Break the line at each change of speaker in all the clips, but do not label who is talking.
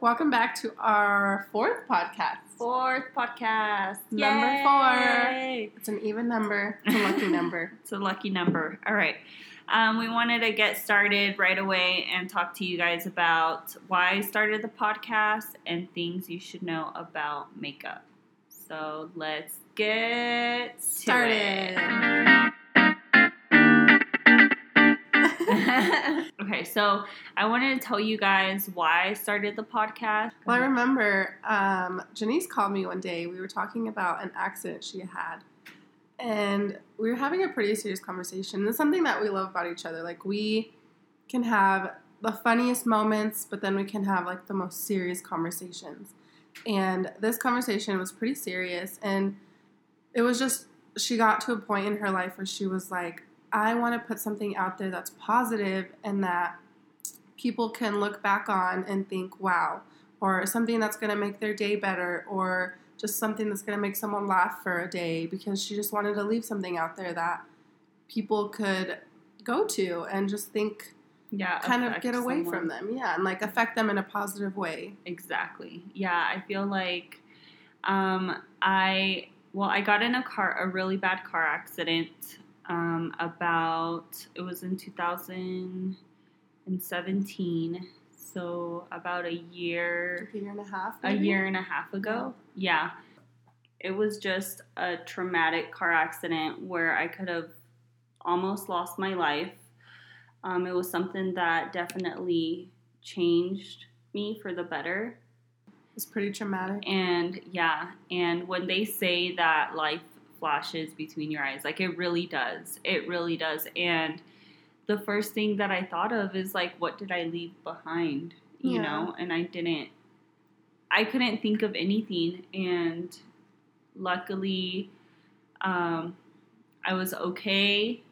Welcome back to our fourth podcast.
Fourth podcast.
Number four.
Yay.
It's an even number, it's a lucky number.
It's a lucky number. All right. Um, we wanted to get started right away and talk to you guys about why I started the podcast and things you should know about makeup. So let's get
Started.
started. okay, so I wanted to tell you guys why I started the podcast.
Well, I remember um, Janice called me one day. We were talking about an accident she had, and we were having a pretty serious conversation. It's something that we love about each other. Like we can have the funniest moments, but then we can have like the most serious conversations. And this conversation was pretty serious, and it was just she got to a point in her life where she was like, "I want to put something out there that's positive and that." People can look back on and think, wow, or something that's going to make their day better or just something that's going to make someone laugh for a day because she just wanted to leave something out there that people could go to and just think
Yeah,
kind of
affect
get away
someone.
from them yeah and like affect them in a positive way
Exactly. Yeah, I feel like um, I well, I got in a car a really bad car accident um, about it was in 2017, so about a year
a year and a half
a
maybe?
year and a half ago. Yeah. It was just a traumatic car accident where I could have almost lost my life. Um, it was something that definitely changed me for the better.
it's pretty traumatic
And yeah, and when they say that life flashes between your eyes, like it really does. It really does. And the first thing that I thought of is like, what did I leave behind? You
Yeah.
know, and I didn't, I couldn't think of anything. And luckily, um, I was okay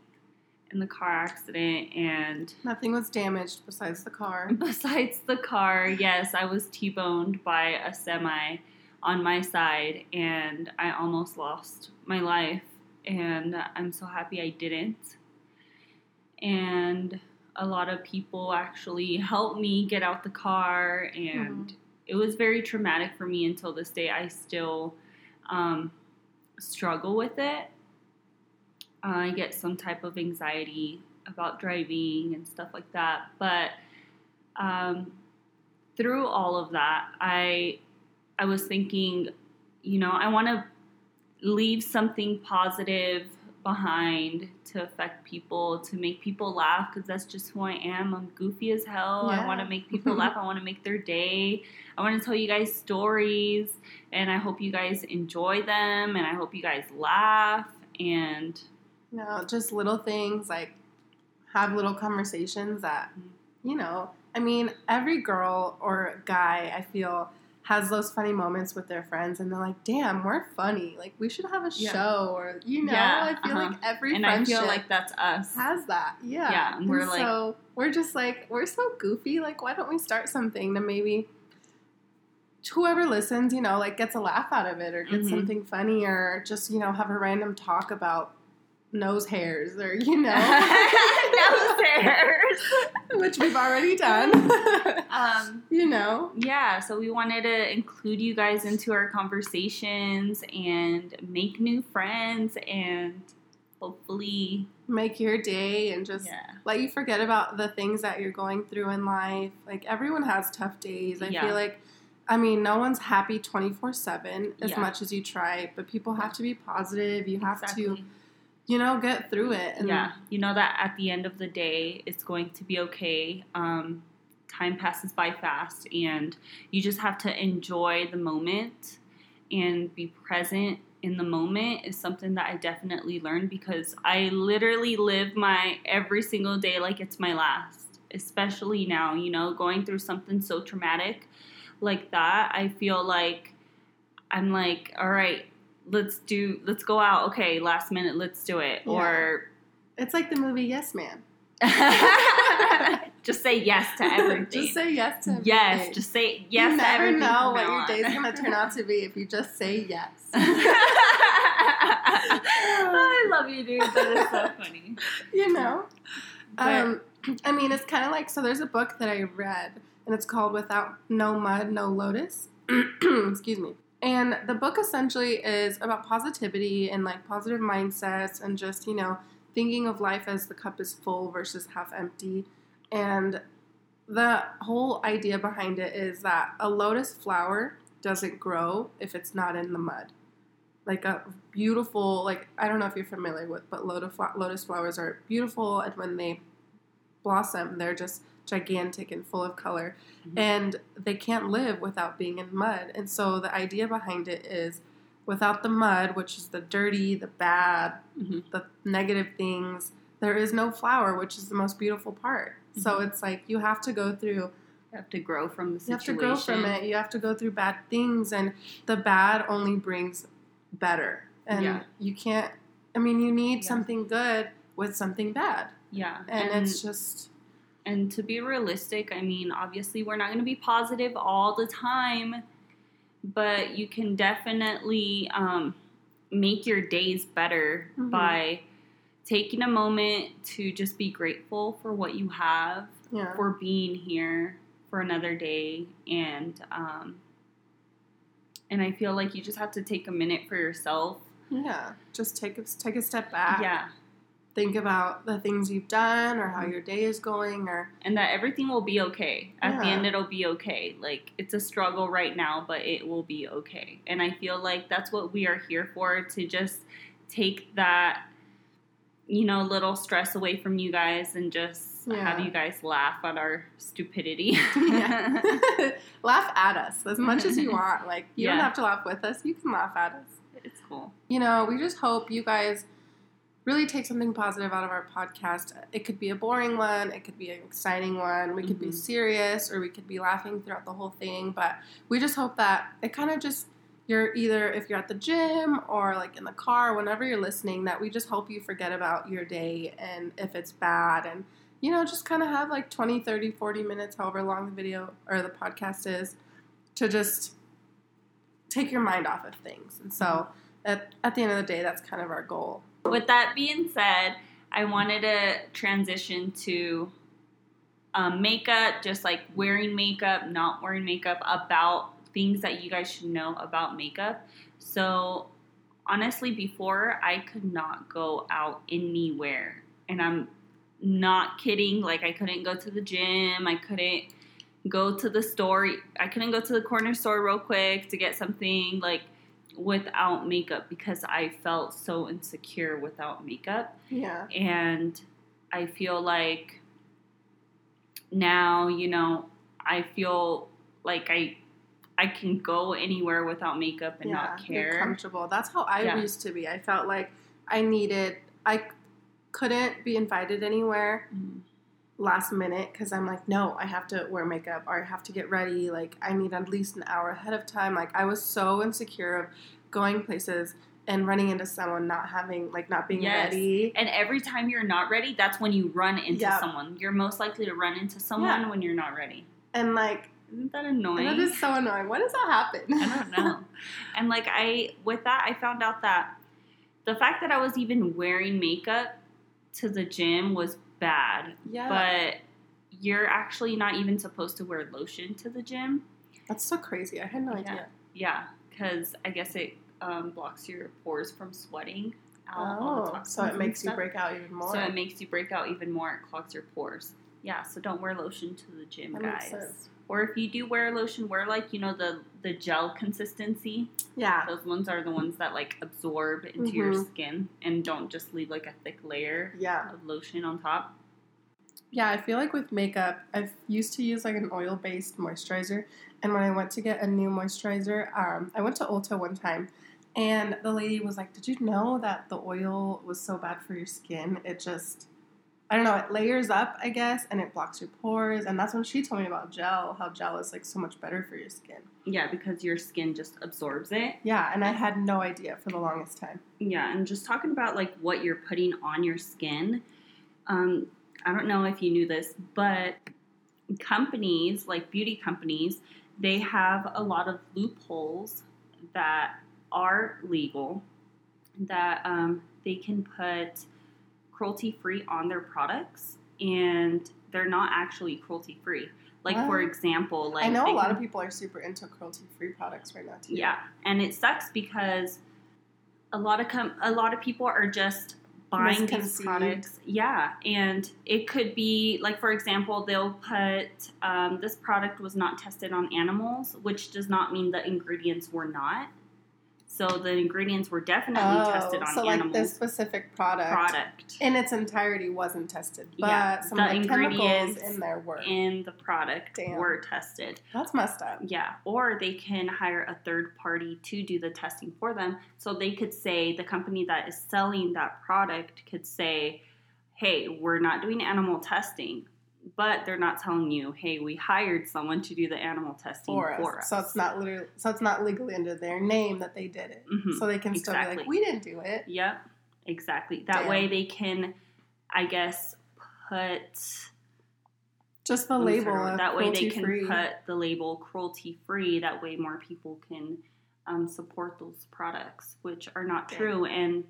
in the car accident and
nothing was damaged besides the car
Besides the car, yes, I was T boned by a semi on my side and I almost lost my life. And I'm so happy I didn't. And a lot of people actually helped me get out the car. And it was very traumatic for me until this day. I still um, struggle with it. I get some type of anxiety about driving and stuff like that. But um, through all of that, I I was thinking, you know, I want to leave something positive behind to affect people, to make people laugh, because that's just who I am. I'm goofy as hell. I
Yeah.
want to make people laugh. I want to make their day. I want to tell you guys stories, and I hope you guys enjoy them, and I hope you guys laugh. And
you know, just little things like have little conversations that, you know, I mean, every girl or guy I feel has those funny moments with their friends and they're like, damn, we're funny. Like, we should have a
Yeah.
show or, you know,
Yeah,
I feel
uh-huh.
like every
and I
friendship
feel like that's us.
has that. Yeah.
Yeah, and we're like-
so we're just like, we're so goofy. Like, why don't we start something to maybe whoever listens, you know, like gets a laugh out of it or gets
Mhm.
something funny or just, you know, have a random talk about nose hairs or, you know,
Downstairs.
which we've already done.
Um,
you know,
yeah, so we wanted to include you guys into our conversations and make new friends and hopefully,
make your day and just
yeah,
let you forget about the things that you're going through in life. Like everyone has tough days. I
Yeah.
feel like I mean, no one's happy 24/7 as
Yeah.
much as you try, but people have to be positive. You have to, you know, get through it. And
yeah, you know that at the end of the day, it's going to be okay. Um, time passes by fast, and you just have to enjoy the moment and be present in the moment is something that I definitely learned because I literally live my every single day like it's my last, especially now, you know, going through something so traumatic like that. I feel like I'm like, all right, let's do, let's go out. Okay, last minute, let's do it.
Yeah.
Or
It's like the movie Yes Man.
just say yes to everything.
just say yes to everything.
yes. Just say yes
you
to
never
everything.
know
from
what
now
your
on.
day's going to turn out to be if you just say yes.
I love you, dude. That is so funny.
you know.
But-
um, I mean, it's kind of like so. There's a book that I read and it's called Without No Mud, No Lotus. Excuse me. And the book essentially is about positivity and like positive mindsets and just, you know, thinking of life as the cup is full versus half empty. And the whole idea behind it is that a lotus flower doesn't grow if it's not in the mud. Like a beautiful, like I don't know if you're familiar with, but lotus flo- lotus flowers are beautiful, and when they blossom, they're just gigantic and full of color,
Mhm.
and they can't live without being in mud. And so the idea behind it is, without the mud, which is the dirty, the bad,
Mhm.
the negative things, there is no flower, which is the most beautiful part. So
Mhm.
it's like you have to go through
You have to grow from the
you have to
situation.
grow from it. You have to go through bad things, and the bad only brings better. And
Yeah.
you can't. I mean, you need
Yeah.
something good with something bad,
Yeah.
and, it's just
and to be realistic, I mean, obviously we're not going to be positive all the time, but you can definitely um, make your days better
Mhm.
by taking a moment to just be grateful for what you have,
yeah,
for being here for another day, and um, and I feel like you just have to take a minute for yourself.
yeah. Just take a, take a step back.
Yeah, Mm-hmm.
Think about the things you've done, or how your day is going, or
and that everything will be okay. At the
Yeah.
end, it'll be okay. Like, it's a struggle right now, but it will be okay. And I feel like that's what we are here for to just take that, you know, little stress away from you guys and just have
Yeah.
you guys laugh at our stupidity.
Yeah. laugh at us as much as you want. Like you don't
Yeah.
have to laugh with us. You can laugh at us.
it's cool.
you know, we just hope you guys really take something positive out of our podcast. It could be a boring one, it could be an exciting one, we could be
Mhm.
serious, or we could be laughing throughout the whole thing. But we just hope that it kind of just, you're either, if you're at the gym or like in the car, whenever you're listening, that we just hope you forget about your day and if it's bad and, you know, just kind of have like 20, 30, 40 minutes, however long the video or the podcast is, to just take your mind off of things. And so, at, at the end of the day, that's kind of our goal.
With that being said, I wanted to transition to um, makeup, just like wearing makeup, not wearing makeup, about things that you guys should know about makeup. So, honestly, before I could not go out anywhere, and I'm not kidding. Like, I couldn't go to the gym, I couldn't go to the store, I couldn't go to the corner store real quick to get something. Like, without makeup because I felt so insecure without makeup.
Yeah.
And I feel like now, you know, I feel like I I can go anywhere without makeup and not
you're
care.
comfortable. That's how I
Yeah.
used to be. I felt like I needed, I c- couldn't be invited anywhere
Mhm.
last minute because I'm like, no, I have to wear makeup or I have to get ready. Like, I need at least an hour ahead of time. Like, I was so insecure of going places and running into someone not having, like, not being
Yes.
ready.
And every time you're not ready, that's when you run into
Yeah.
someone. You're most likely to run into someone when you're not ready.
And, like,
Isn't that annoying?
that is so annoying. What does that happen?
I don't know. and like I with that I found out that the fact that I was even wearing makeup to the gym was bad.
yeah.
But you're actually not even supposed to wear lotion to the gym.
that's so crazy. I had no
Yeah.
idea.
Yeah, cuz I guess it um, blocks your pores from sweating out all the
Oh,
toxins
so it
and
makes you
stuff.
break out even more.
So it makes you break out even more. It clogs your pores. Yeah, so don't wear lotion to the gym,
That makes
guys.
sense.
Or if you do wear lotion, wear like, you know, the the gel consistency.
Yeah.
Those ones are the ones that like absorb into your
Mhm.
skin and don't just leave like a thick layer
Yeah.
of lotion on top.
Yeah, I feel like with makeup, I used to use like an oil based moisturizer. And when I went to get a new moisturizer, um, I went to Ulta one time and the lady was like, Did you know that the oil was so bad for your skin? It just, I don't know, it layers up, I guess, and it blocks your pores. And that's when she told me about gel, how gel is like so much better for your skin.
Yeah, because your skin just absorbs it.
Yeah, and I had no idea for the longest time.
Yeah, and just talking about like what you're putting on your skin. Um, I don't know if you knew this, but companies like beauty companies, they have a lot of loopholes that are legal that um, they can put cruelty free on their products, and they're not actually cruelty free. Like for
Wow.
example, like
I know
they
a lot
can-
of people are super into cruelty free products right now too.
yeah, and it sucks because a lot of com- a lot of people are just buying these
Misconceived.
products. Yeah, and it could be like for example, they'll put um, this product was not tested on animals, which does not mean the ingredients were not. So the ingredients were definitely tested on
Uh, Oh, so like
animals.
this specific product,
product
in its entirety wasn't tested, but
Yeah,
some
the
of the chemicals
ingredients
in there were.
in the product
Damn.
were tested.
That's messed up.
Yeah, or they can hire a third party to do the testing for them. So they could say the company that is selling that product could say, "Hey, we're not doing animal testing." But they're not telling you, "Hey, we hired someone to do the animal testing
for
for
us.
us."
So it's not literally, so it's not legally under their name that they did it.
Mhm.
So they can still be
Exactly.
like, we didn't do it.
Yep, exactly. That
Damn.
way they can, I guess, put
Just the
I'm
label.
sorry,
of
that way they can
cruelty-free.
put the label cruelty free that way more people can um, support those products which are not
Yeah.
true and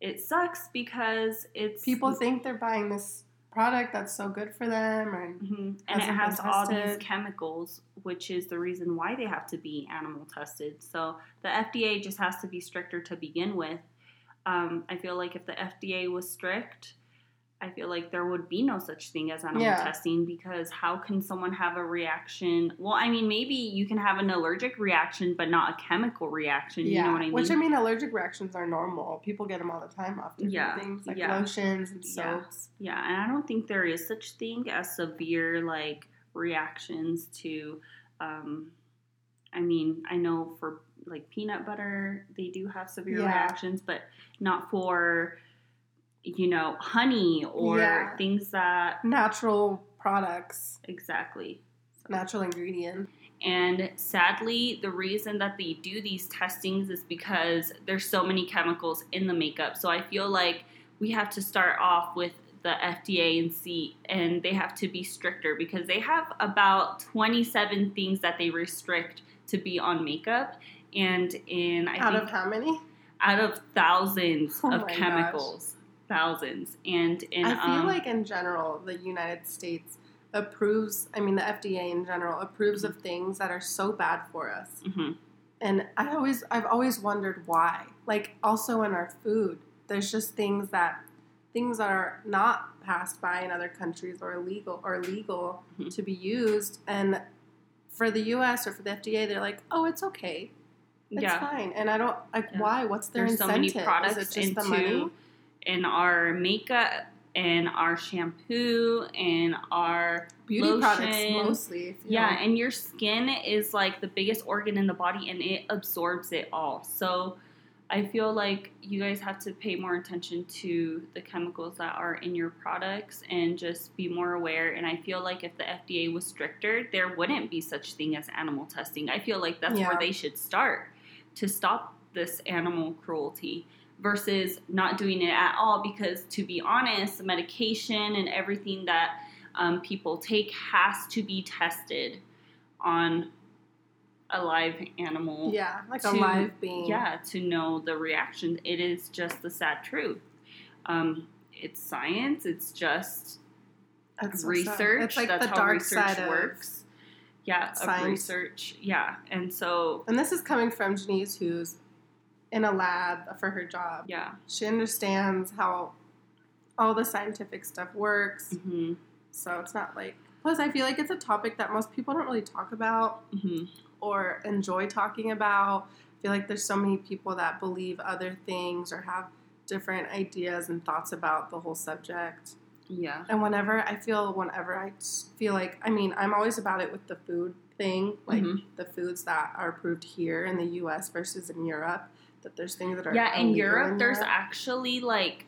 it sucks because it's
People think they're buying this product that's so good for them, and
Mhm. and it has
hasn't been
all these
tested.
chemicals which is the reason why they have to be animal tested so the fda just has to be stricter to begin with um, i feel like if the fda was strict i feel like there would be no such thing as animal
Yeah.
testing because how can someone have a reaction well i mean maybe you can have an allergic reaction but not a chemical reaction you know what i mean
Which I mean, allergic reactions are normal. People get them all the time after
Yeah,
things like
yeah.
lotions and
Yeah.
soaps.
Yeah, and I don't think there is such thing as severe like reactions to. Um, I mean, I know for like peanut butter, they do have severe
Yeah.
reactions, but not for you know honey or
Yeah.
things that
Natural products,
exactly.
natural ingredients.
And sadly, the reason that they do these testings is because there's so many chemicals in the makeup. So I feel like we have to start off with the FDA and see, and they have to be stricter because they have about 27 things that they restrict to be on makeup. And in, I
Out
think,
of how many?
out of thousands
Oh
of
my gosh.
chemicals, thousands. And in,
I feel
um,
like in general, the United States approves. I mean, the FDA in general approves of things that are so bad for us.
mhm,
And I always, I've always wondered why. Like also in our food, there's just things that things that are not passed by in other countries or illegal or legal
Mhm.
to be used. And for the U.S. or for the FDA, they're like, oh, it's okay, it's
yeah.
fine. And I don't like
Yeah.
why. What's their
there's so
incentive?
many products
Is it just
into
the money?
in our makeup and our shampoo and our
Beauty products
lotion.
mostly. if you
yeah.
know.
and your skin is like the biggest organ in the body and it absorbs it all so i feel like you guys have to pay more attention to the chemicals that are in your products and just be more aware and i feel like if the fda was stricter there wouldn't be such thing as animal testing i feel like that's
Yeah.
where they should start to stop this animal cruelty versus not doing it at all because to be honest medication and everything that um, people take has to be tested on a live animal
Yeah, like a
to-
live being.
yeah to know the reaction it is just the sad truth um, it's science it's just
That's so sad.
research
It's like
that's
the
how
dark
research
side of-
works yeah
science.
of research yeah and so
And this is coming from Janice, who's in a lab for her job.
yeah
She understands how all the scientific stuff works.
hmm
So it's not like. Plus, I feel like it's a topic that most people don't really talk about
hmm
or enjoy talking about. I feel like there's so many people that believe other things or have different ideas and thoughts about the whole subject.
yeah
And whenever I feel, whenever I s- feel like, I mean, I'm always about it with the food thing, like
Mhm.
the foods that are approved here in the U.S. versus in Europe. That there's things that are
yeah in
illegal
europe
in
there's
Europe.
actually like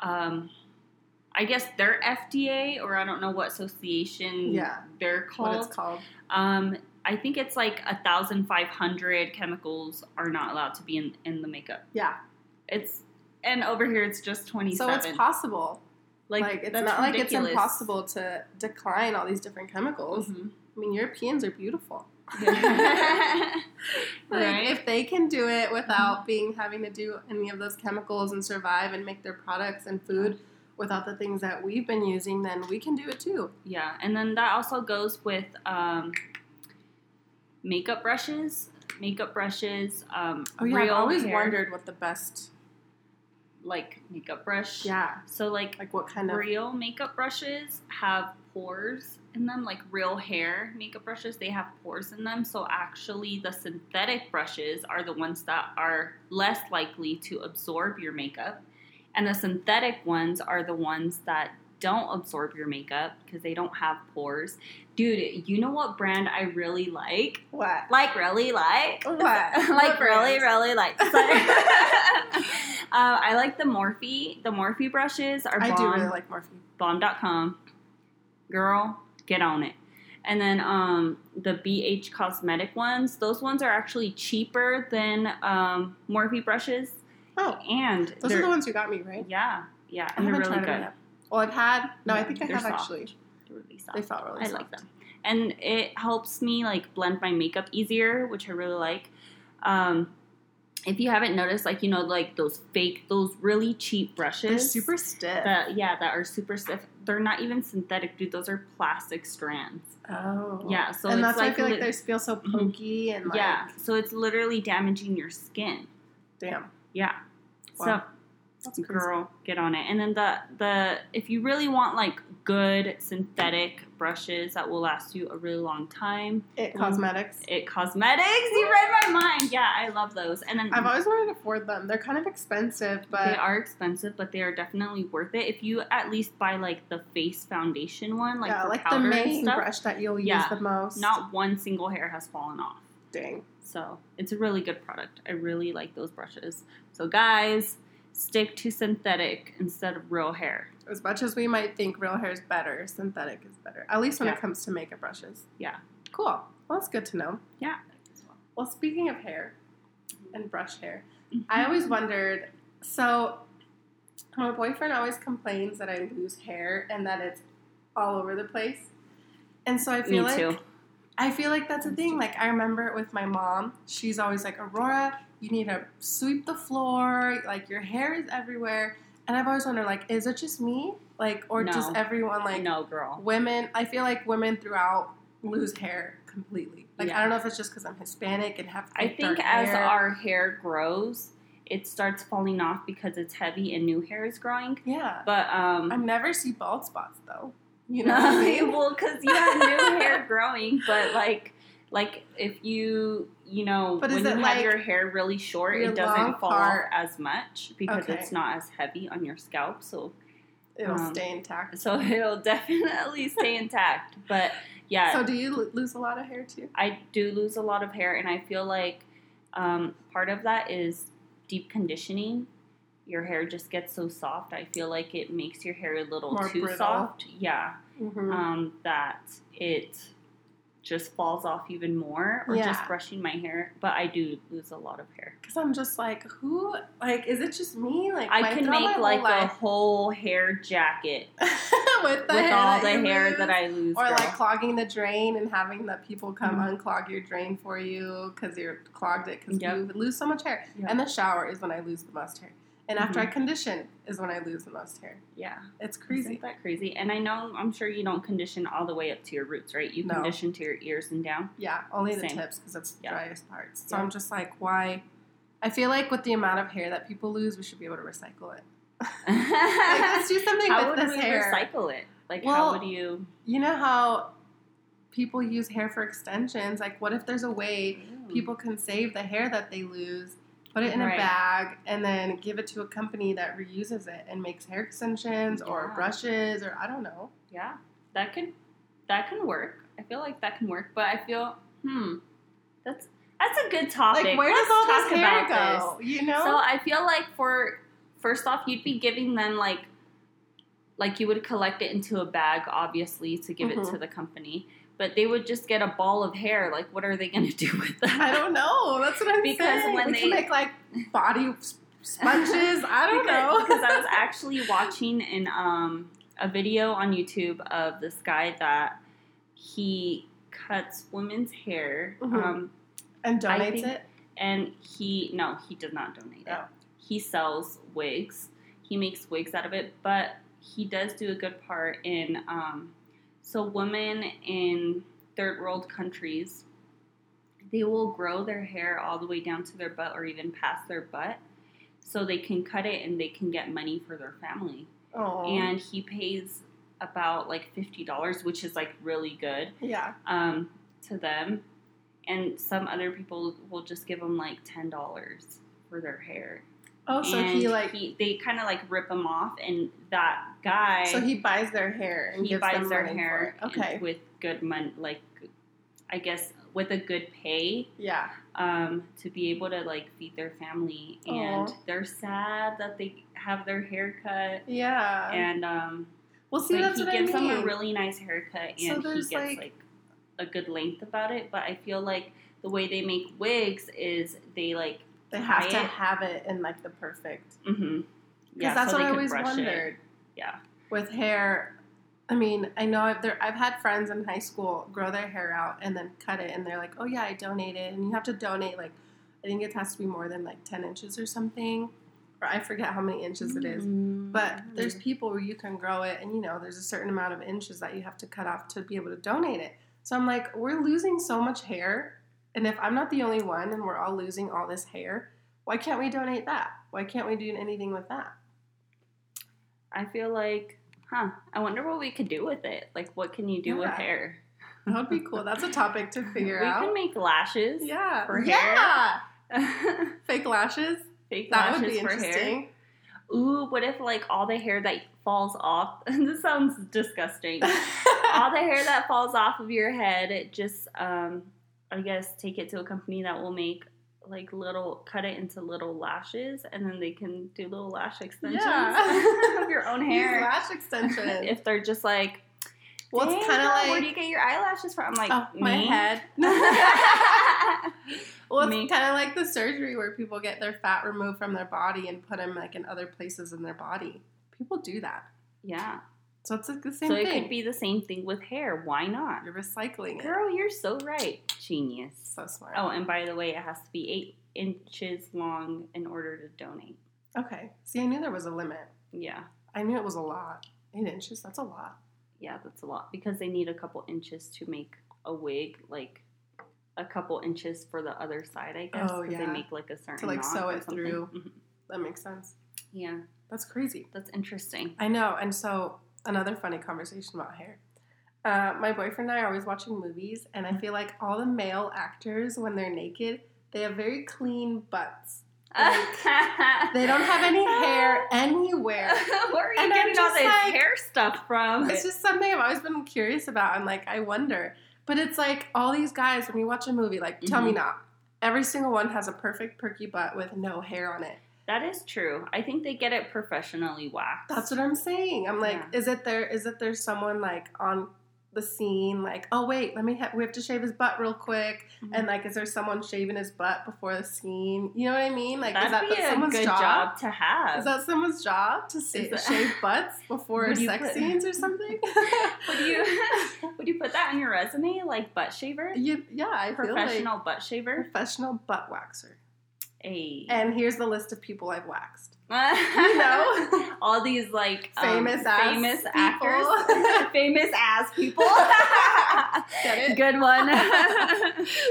um i guess their fda or i don't know what association
Yeah.
they're
what
called,
it's called.
um i think it's like a thousand five hundred chemicals are not allowed to be in in the makeup
Yeah,
it's and over here it's just 27
so it's possible. Like, it's
that's
not like it's
ridiculous.
impossible to decline all these different chemicals.
Mhm.
I mean, Europeans are beautiful. Like,
right
if they can do it without being having to do any of those chemicals and survive and make their products and food, without the things that we've been using, then we can do it too.
Yeah, and then that also goes with um, makeup brushes, makeup brushes, um,
Oh yeah, I've
real
always
hair,
wondered what the best,
like makeup brush.
yeah,
So like,
like what kind of
real makeup brushes have pores in them, like real hair makeup brushes, they have pores in them. So actually, the synthetic brushes are the ones that are less likely to absorb your makeup, and the synthetic ones are the ones that don't absorb your makeup because they don't have pores. Dude, you know what brand I really like?
what?
Like really like?
What?
like
What
really,
brand?
really like. So- um, I like the Morphe. The Morphe brushes are bomb.
I do really like Morphe.
bomb.com. Girl, get on it. And then um, the BH Cosmetic ones. Those ones are actually cheaper than um, Morphe brushes,
Oh,
and
those are
they're-
the ones you got me, right?
Yeah, yeah,
I
and they're
haven't
really
tried them
good.
yet. Well, I've had no. I
Yeah,
think I
they're
have
soft.
actually.
They're really soft.
They felt really.
I
soft.
like them. And it helps me like blend my makeup easier, which I really like. Um, if you haven't noticed, like you know, like those fake, those really cheap brushes,
They're super stiff.
that yeah, that are super stiff. They're not even synthetic, dude. Those are plastic strands.
oh,
Yeah, so
and
it's
that's why
like
I feel like
lit-
they feel so
Mhm.
pokey and like,
yeah, so it's literally damaging your skin.
damn.
Yeah.
Wow. That's
So,
crazy.
girl, get on it. And then the the if you really want like good synthetic brushes that will last you a really long time,
It cosmetics.
it cosmetics. You read my mind. Yeah, I love those. And then
I've always wanted to afford them. They're kind of expensive,
Mm-hmm. they
but
are expensive, but they are definitely worth it if you at least buy like the face foundation one, like
yeah,
for
like the
powder and
main
stuff.
brush that you'll use
Yeah,
the most.
Not one single hair has fallen off.
dang.
So it's a really good product. I really like those brushes. So guys, stick to synthetic instead of real hair.
As much as we might think real hair is better, synthetic is better. At least when
Yeah.
it comes to makeup brushes.
Yeah.
Cool. Well, that's good to know.
Yeah.
Well, speaking of hair and brush hair,
Mm-hmm.
I always wondered. So, my boyfriend always complains that I lose hair and that it's all over the place. And so I
me
feel like
too.
I feel like that's a thing. Like I remember it with my mom. She's always like, Aurora, you need to sweep the floor. Like your hair is everywhere. And I've always wondered, like, is it just me? Like, or
No.
does everyone like
no, girl.
women? I feel like women throughout lose hair completely. Like
Yeah.
I don't know if it's just because I'm Hispanic and have.
I
like,
think
dark
as
hair.
our hair grows, it starts falling off because it's heavy and new hair is growing.
yeah,
But um,
I never see bald spots though. You
you
know,
know,
what I mean?
well, because you have new hair growing, but like, like if you, you know,
But is
when
it
you
like
have your hair really short,
your
it doesn't
long
fall
part?
off as much because
Okay.
it's not as heavy on your scalp. So,
it'll
um,
stay intact.
so it'll definitely stay intact. But yeah,
So do you lo- lose a lot of hair too?
I do lose a lot of hair, and I feel like um, part of that is deep conditioning. Your hair just gets so soft. I feel like it makes your hair a little
More
too
brittle.
soft. Yeah,
Mm-hmm.
um, that it just falls off even more, or
Yeah.
just brushing my hair. But I do lose a lot of hair.
Because I'm just like, who? Like, is it just me? Like,
I
like,
can
throughout my
make
whole
like a
life-
whole hair jacket
with, the
with
hair
all
that
the
you
hair
lose,
that I lose.
or
girl.
like clogging the drain and having the people come
Mhm.
unclog your drain for you because you're clogged it because
Yep.
you lose so much hair.
yeah.
And the shower is when I lose the most hair. And after
Mm-hmm.
I condition is when I lose the most hair.
yeah.
It's
Isn't
crazy.
that crazy? And I know, I'm sure you don't condition all the way up to your roots, right? You
No.
condition to your ears and down.
Yeah, only the
Same.
tips because that's the
Yeah.
driest parts. So
Yeah.
I'm just like, why? I feel like with the amount of hair that people lose, we should be able to recycle it. Like, let's do something
how
with
would
this
we
hair.
recycle it? Like,
Well,
how would you?
You know how people use hair for extensions? Like, what if there's a way people can save the hair that they lose, put it in a
Hmm. Right.
bag, and then give it to a company that reuses it and makes hair extensions or
Yeah.
brushes or I don't know.
Yeah, that could that can work. I feel like that can work, but I feel hmm, that's that's a good topic.
Like, where
Let's
does all
talk
this hair
about
go? You
this. So
know?
I feel like for first off, you'd be giving them like like you would collect it into a bag, obviously, to give it
Mhm.
to the company. But they would just get a ball of hair. Like, what are they going to do with that?
I don't know. That's what I'm
Because
saying.
when
we can
they-
make like body s- sponges. I don't
because,
know.
because I was actually watching an um a video on YouTube of this guy that he cuts women's hair
Mhm.
um,
and
I
donates
think-
it.
and he no he does not donate it.
Oh.
He sells wigs. He makes wigs out of it, but he does do a good part in um, so women in third world countries they will grow their hair all the way down to their butt or even past their butt so they can cut it and they can get money for their family
Oh.
and he pays about like $50 which is like really good
yeah.
um, to them and some other people will just give them like $10 for their hair
Oh, so
and
he like
they kind of like rip him off, and that guy
so he buys their hair and
he
gives
buys
them
their
money for
hair
it. Okay.
and with good money, like I guess with a good pay
Yeah.
um, to be able to like feed their family, and
Aw.
they're sad that they have their hair cut,
Yeah.
and um,
well, see,
but
that's
he
what
gives
I mean.
them a really nice haircut,
So
and he
there's,
gets
like-
like, a good length about it. But I feel like the way they make wigs is they like
they have to
diet.
have it in like the perfect.
mm-hmm.
Because that's what I always wondered.
Yeah.
With hair, I mean, I know I've, there, I've had friends in high school grow their hair out and then cut it, and they're like, oh, yeah, I donated. And you have to donate, like, I think it has to be more than like 10 inches or something. Or I forget how many inches it is.
Mm-hmm.
But there's people where you can grow it, and you know, there's a certain amount of inches that you have to cut off to be able to donate it. So I'm like, we're losing so much hair, and if I'm not the only one and we're all losing all this hair, why can't we donate that? Why can't we do anything with that?
I feel like, huh, I wonder what we could do with it. Like, what can you do with
Yeah.
hair?
That would be cool. That's a topic to figure
we
out.
can make lashes.
yeah.
for
yeah.
Fake
Fake lashes. That
lashes
would be
for hair.
interesting.
Ooh, what if, like, all the hair that falls off? this sounds disgusting. all the hair that falls off of your head, just, um, I guess, take it to a company that will make. Like little, cut it into little lashes, and then they can do little lash extensions
Yeah.
of your own
Use
hair.
lash extensions.
if they're just like,
well, it's
"Dang,
kind of
girl,
like
where do you get your eyelashes from? I'm like,
Oh, my
me?
head. Well, it's
Me.
kind of like the surgery where people get their fat removed from their body and put them like in other places in their body. People do that,
yeah.
so it's like the same
so
thing.
it could be the same thing with hair. Why not?
You're recycling it.
Girl, you're so right. Genius.
So smart.
Oh, and by the way, it has to be eight inches long in order to donate.
okay. See, I knew there was a limit.
Yeah.
I knew it was a lot. Eight inches. That's a lot.
Yeah, that's a lot because they need a couple inches to make a wig, like a couple inches for the other side, I guess.
Oh,
'cause
yeah.
They make like a certain
like,
knot
sew
or
it
something.
through.
Mhm.
That makes sense.
Yeah,
That's crazy.
that's interesting.
I know. And so another funny conversation about hair. Uh, my boyfriend and I are always watching movies, and I feel like all the male actors, when they're naked, they have very clean butts. They don't have any hair anywhere.
Where are you
And I'm
getting all
just
this
like-
hair stuff from?
It's just something I've always been curious about, and like I wonder. But it's like all these guys when we watch a movie, like tell me not. Every single one has a perfect perky butt with no hair on it.
that is true. I think they get it professionally waxed.
That's what I'm saying. I'm like,
Yeah.
is it there? Is it there's someone like on the scene? Like, oh wait, let me. Ha- we have to shave his butt real quick.
Mhm.
And like, is there someone shaving his butt before the scene? You know what I mean? Like,
That'd
is that
be a
someone's
good
job?
job to
Is
have.
that someone's job to sa-
Is that-
shave butts before
Would you
sex
put-
scenes or something?
would you would you put that on your resume, like butt shaver,
You- yeah, I feel like
professional butt shaver?
professional butt waxer.
A
And here's the list of people I've waxed.
you
know?
all these like um,
Famous ass
famous
people.
actors, famous ass people.
Get it?
good one.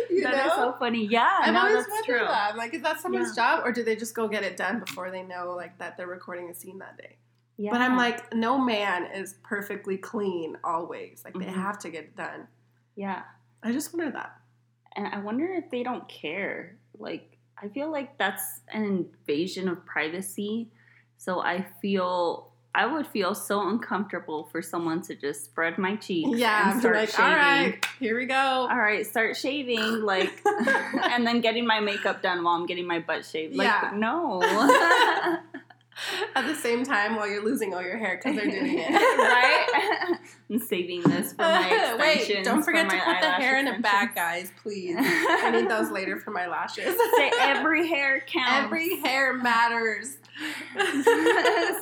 You
That is
know?
so funny. Yeah,
I've
no,
always
that's
wondered
true.
that. I'm like, is that someone's job, or do they just go get it done before they know like that they're recording a scene that day?
Yeah.
But I'm like, no man is perfectly clean always. Like they
Mhm.
have to get it done.
yeah.
I just wonder that.
And I wonder if they don't care. Like, I feel like that's an invasion of privacy. So I feel, I would feel so uncomfortable for someone to just spread my cheeks
Yeah,
and
I'm
start
like,
shaving.
all right, here we go.
All right, start shaving, like, and then getting my makeup done while I'm getting my butt shaved. Like,
Yeah.
no.
At the same time, while you're losing all your hair because they're doing it.
right? I'm saving this for my extensions.
Wait, don't
for
forget to
my
put the
eyelash
hair in a bag,
extensions.
guys, please. I need those later for my lashes.
Say every hair counts.
Every hair matters.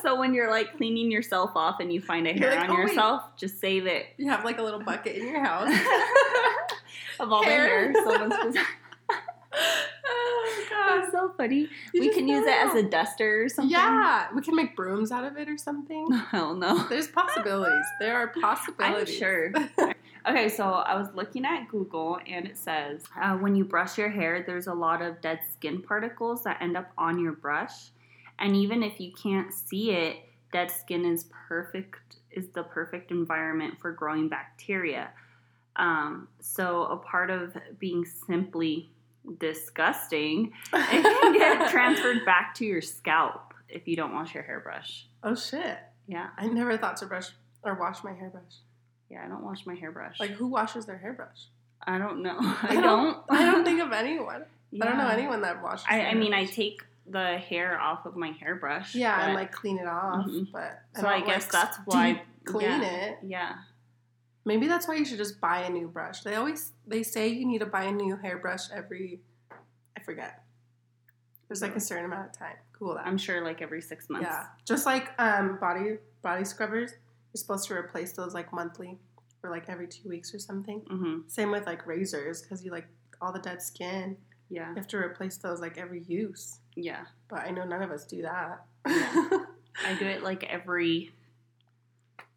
so when you're like cleaning yourself off and you find a
You're
hair
like,
on
"Oh, wait."
yourself, just save it
You have like a little bucket in your house.
of all
Hair.
the hair someone's
oh
That's so funny.
You
we
just
can use it
never
as
know.
a duster or something.
Yeah, we can make brooms out of it or something.
Hell no.
There's possibilities. There are
I'm
possibilities.
sure. okay, so I was looking at Google and it says uh, when you brush your hair, there's a lot of dead skin particles that end up on your brush. And even if you can't see it, dead skin is perfect, is the perfect environment for growing bacteria. Um, so a part of being simply disgusting, it can get transferred back to your scalp if you don't wash your hairbrush.
Oh shit!
Yeah,
I never thought to brush or wash my hairbrush.
yeah, I don't wash my hairbrush.
Like who washes their hairbrush?
I don't know. I
don't-
don't.
I don't think of anyone. I don't know
Yeah.
anyone that washes.
I,
their
I mean, I
hairbrush.
take the hair off of my hairbrush.
yeah, and
but-
like clean it off,
Mhm.
but
so I
don't,
guess
like,
that's why.
clean
yeah.
it.
Yeah.
Maybe that's why you should just buy a new brush. They always they say you need to buy a new hairbrush every I forget. There's like a certain amount of time. Cool that.
I'm sure like every six months.
Yeah. Just like um body body scrubbers, you're supposed to replace those like monthly or like every 2 weeks or something.
hmm
Same with like razors cuz you like all the dead skin.
Yeah.
You have to replace those like every use.
Yeah.
But I know none of us do that.
I do it like every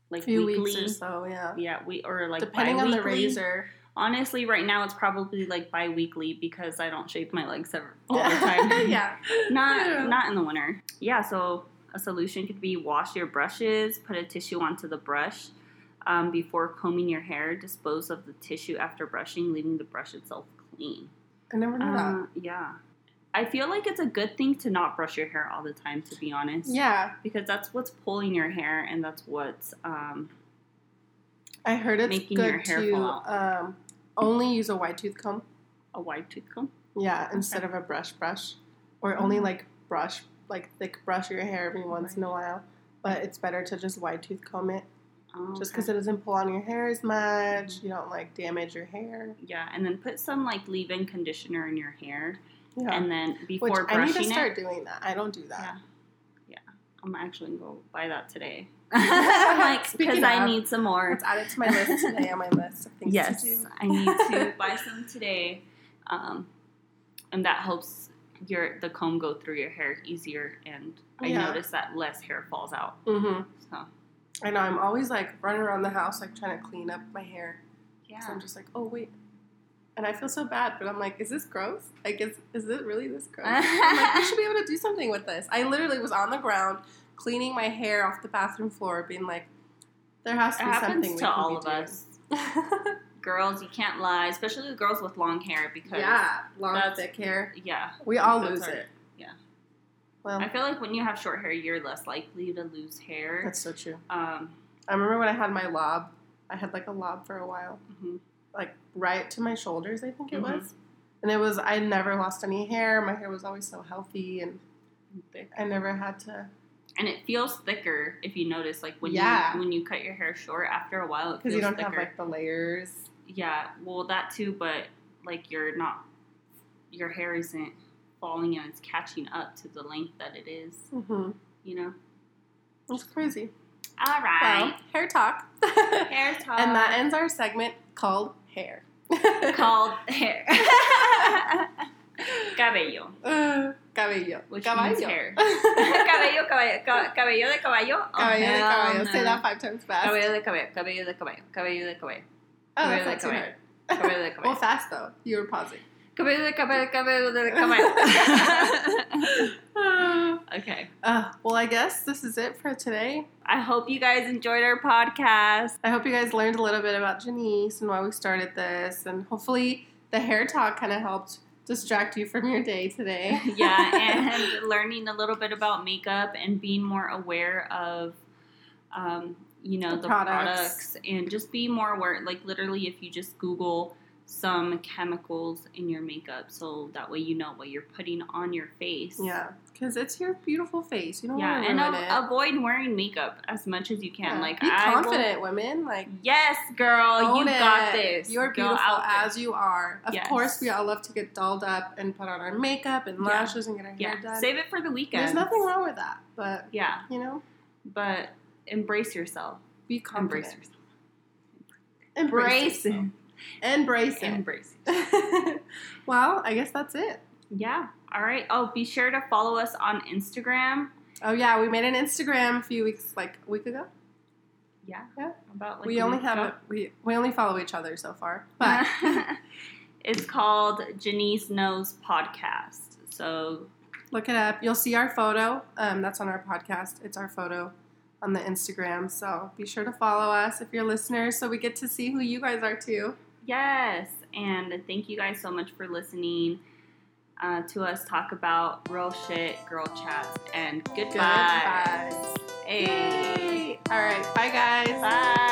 like
few
weekly.
weeks or so, yeah.
Yeah, we or like
Depending on the
bi-weekly.
razor.
Honestly, right now it's probably like bi-weekly because I don't shave my legs ever, all the time.
yeah.
not
Yeah.
not in the winter. Yeah, so a solution could be wash your brushes, put a tissue onto the brush um, before combing your hair, dispose of the tissue after brushing, leaving the brush itself clean.
I never knew that.
Uh, yeah. I feel like it's a good thing to not brush your hair all the time, to be honest.
Yeah,
Because that's what's pulling your hair and that's what's, um,
I heard it's
Making
good
your hair
to
fall out.
um, only use a wide tooth comb.
a wide tooth comb.
Yeah, instead of a brush brush, or
Mm-hmm.
only like brush like thick brush your hair every once in a while. But it's better to just wide tooth comb it,
Oh,
just
okay.
because it doesn't pull on your hair as much. You don't like damage your hair.
Yeah, and then put some like leave in conditioner in your hair.
Yeah,
And then before
which I need
brushing
to
it.
start doing that. I don't do that.
Yeah. Yeah. I'm actually going to go buy that today. like, because
Speaking
I
of-
need some more.
Let's add it to my list today on my list of things
yes,
to do.
I need to buy some today, um, and that helps your the comb go through your hair easier. And I
Yeah.
notice that less hair falls out.
Mm-hmm.
So
I know. I'm always like running around the house, like trying to clean up my hair.
yeah,
So I'm just like, oh wait. And I feel so bad, but I'm like, is this gross? Like, is, is it really this gross? I'm like, we should be able to do something with this. I literally was on the ground cleaning my hair off the bathroom floor, being like, there has
it
to be something
happens
we
to
can be
all of
doing.
us. Girls, you can't lie, especially the girls with long hair because
yeah, long
That's-
thick hair.
yeah.
We all
Those
lose
are-
it.
yeah.
Well,
I feel like when you have short hair, you're less likely to lose hair.
that's so true.
Um,
I remember when I had my lob. I had like a lob for a while.
mhm.
like right to my shoulders, I think it
Mhm.
was. And it was I never lost any hair. My hair was always so healthy and
Thick.
I never had to
and it feels thicker if you notice. Like when
Yeah.
you when you cut your hair short, after a while, it
because
feels
you don't
thicker.
have like the layers.
Yeah, well, that too, but like you're not, your hair isn't falling and it's catching up to the length that it is,
Mm-hmm.
you know?
It's crazy.
All
Wow,
right.
hair talk. Um,
hair talk.
and that ends our segment called hair.
called hair. cabello.
Uh, cabello.
Which
caballo.
means hair.
cabello.
cabello, cabello, ca- cabello de caballo. Oh,
Cabello de
hell
caballo.
no.
Say that five times fast.
Cabello de caballo, cabello de caballo, cabello de caballo,
oh,
cabello
that's
de
not too
caballo,
hard.
cabello de
Well,
caballo,
fast though. You were pausing.
cabello de caballo, cabello de caballo. Okay.
Uh, well, I guess this is it for today.
I hope you guys enjoyed our podcast.
I hope you guys learned a little bit about Janice and why we started this, and hopefully the hair talk kind of helped distract you from your day today.
yeah, and learning a little bit about makeup and being more aware of, um, you know,
The
the,
products.
products. and just be more aware. Like literally, if you just Google some chemicals in your makeup, so that way you know what you're putting on your face.
yeah, because it's your beautiful face. You don't
yeah,
want to
and
ruin
a-
it.
avoid wearing makeup as much as you can.
Yeah.
Like
be
I will-
confident, women. Like,
Yes, girl,
own
you got
it.
this.
You're
Go
beautiful
out there.
as you are. Of
Yes.
course, we all love to get dolled up and put on our makeup and
Yeah.
lashes and get our hair
Yeah,
done.
save it for the weekend.
There's nothing wrong with that, but
Yeah,
you know,
but embrace yourself.
be confident.
Embrace yourself.
Embrace.
Embrace.
Embrace it.
Embrace.
well, I guess that's it.
Yeah. All right. Oh, be sure to follow us on Instagram.
Oh yeah, we made an Instagram a few weeks like a week ago.
Yeah.
Yeah.
About like
we
a
only
week
have
ago.
a, we we only follow each other so far. But
it's called Janice Knows Podcast. So
look it up. You'll see our photo. Um, that's on our podcast. It's our photo on the Instagram. So be sure to follow us if you're listeners, so we get to see who you guys are too.
yes, and thank you guys so much for listening uh, to us talk about real shit, girl chats, and goodbye.
Goodbyes.
Hey.
Yay! All right, bye guys.
Bye.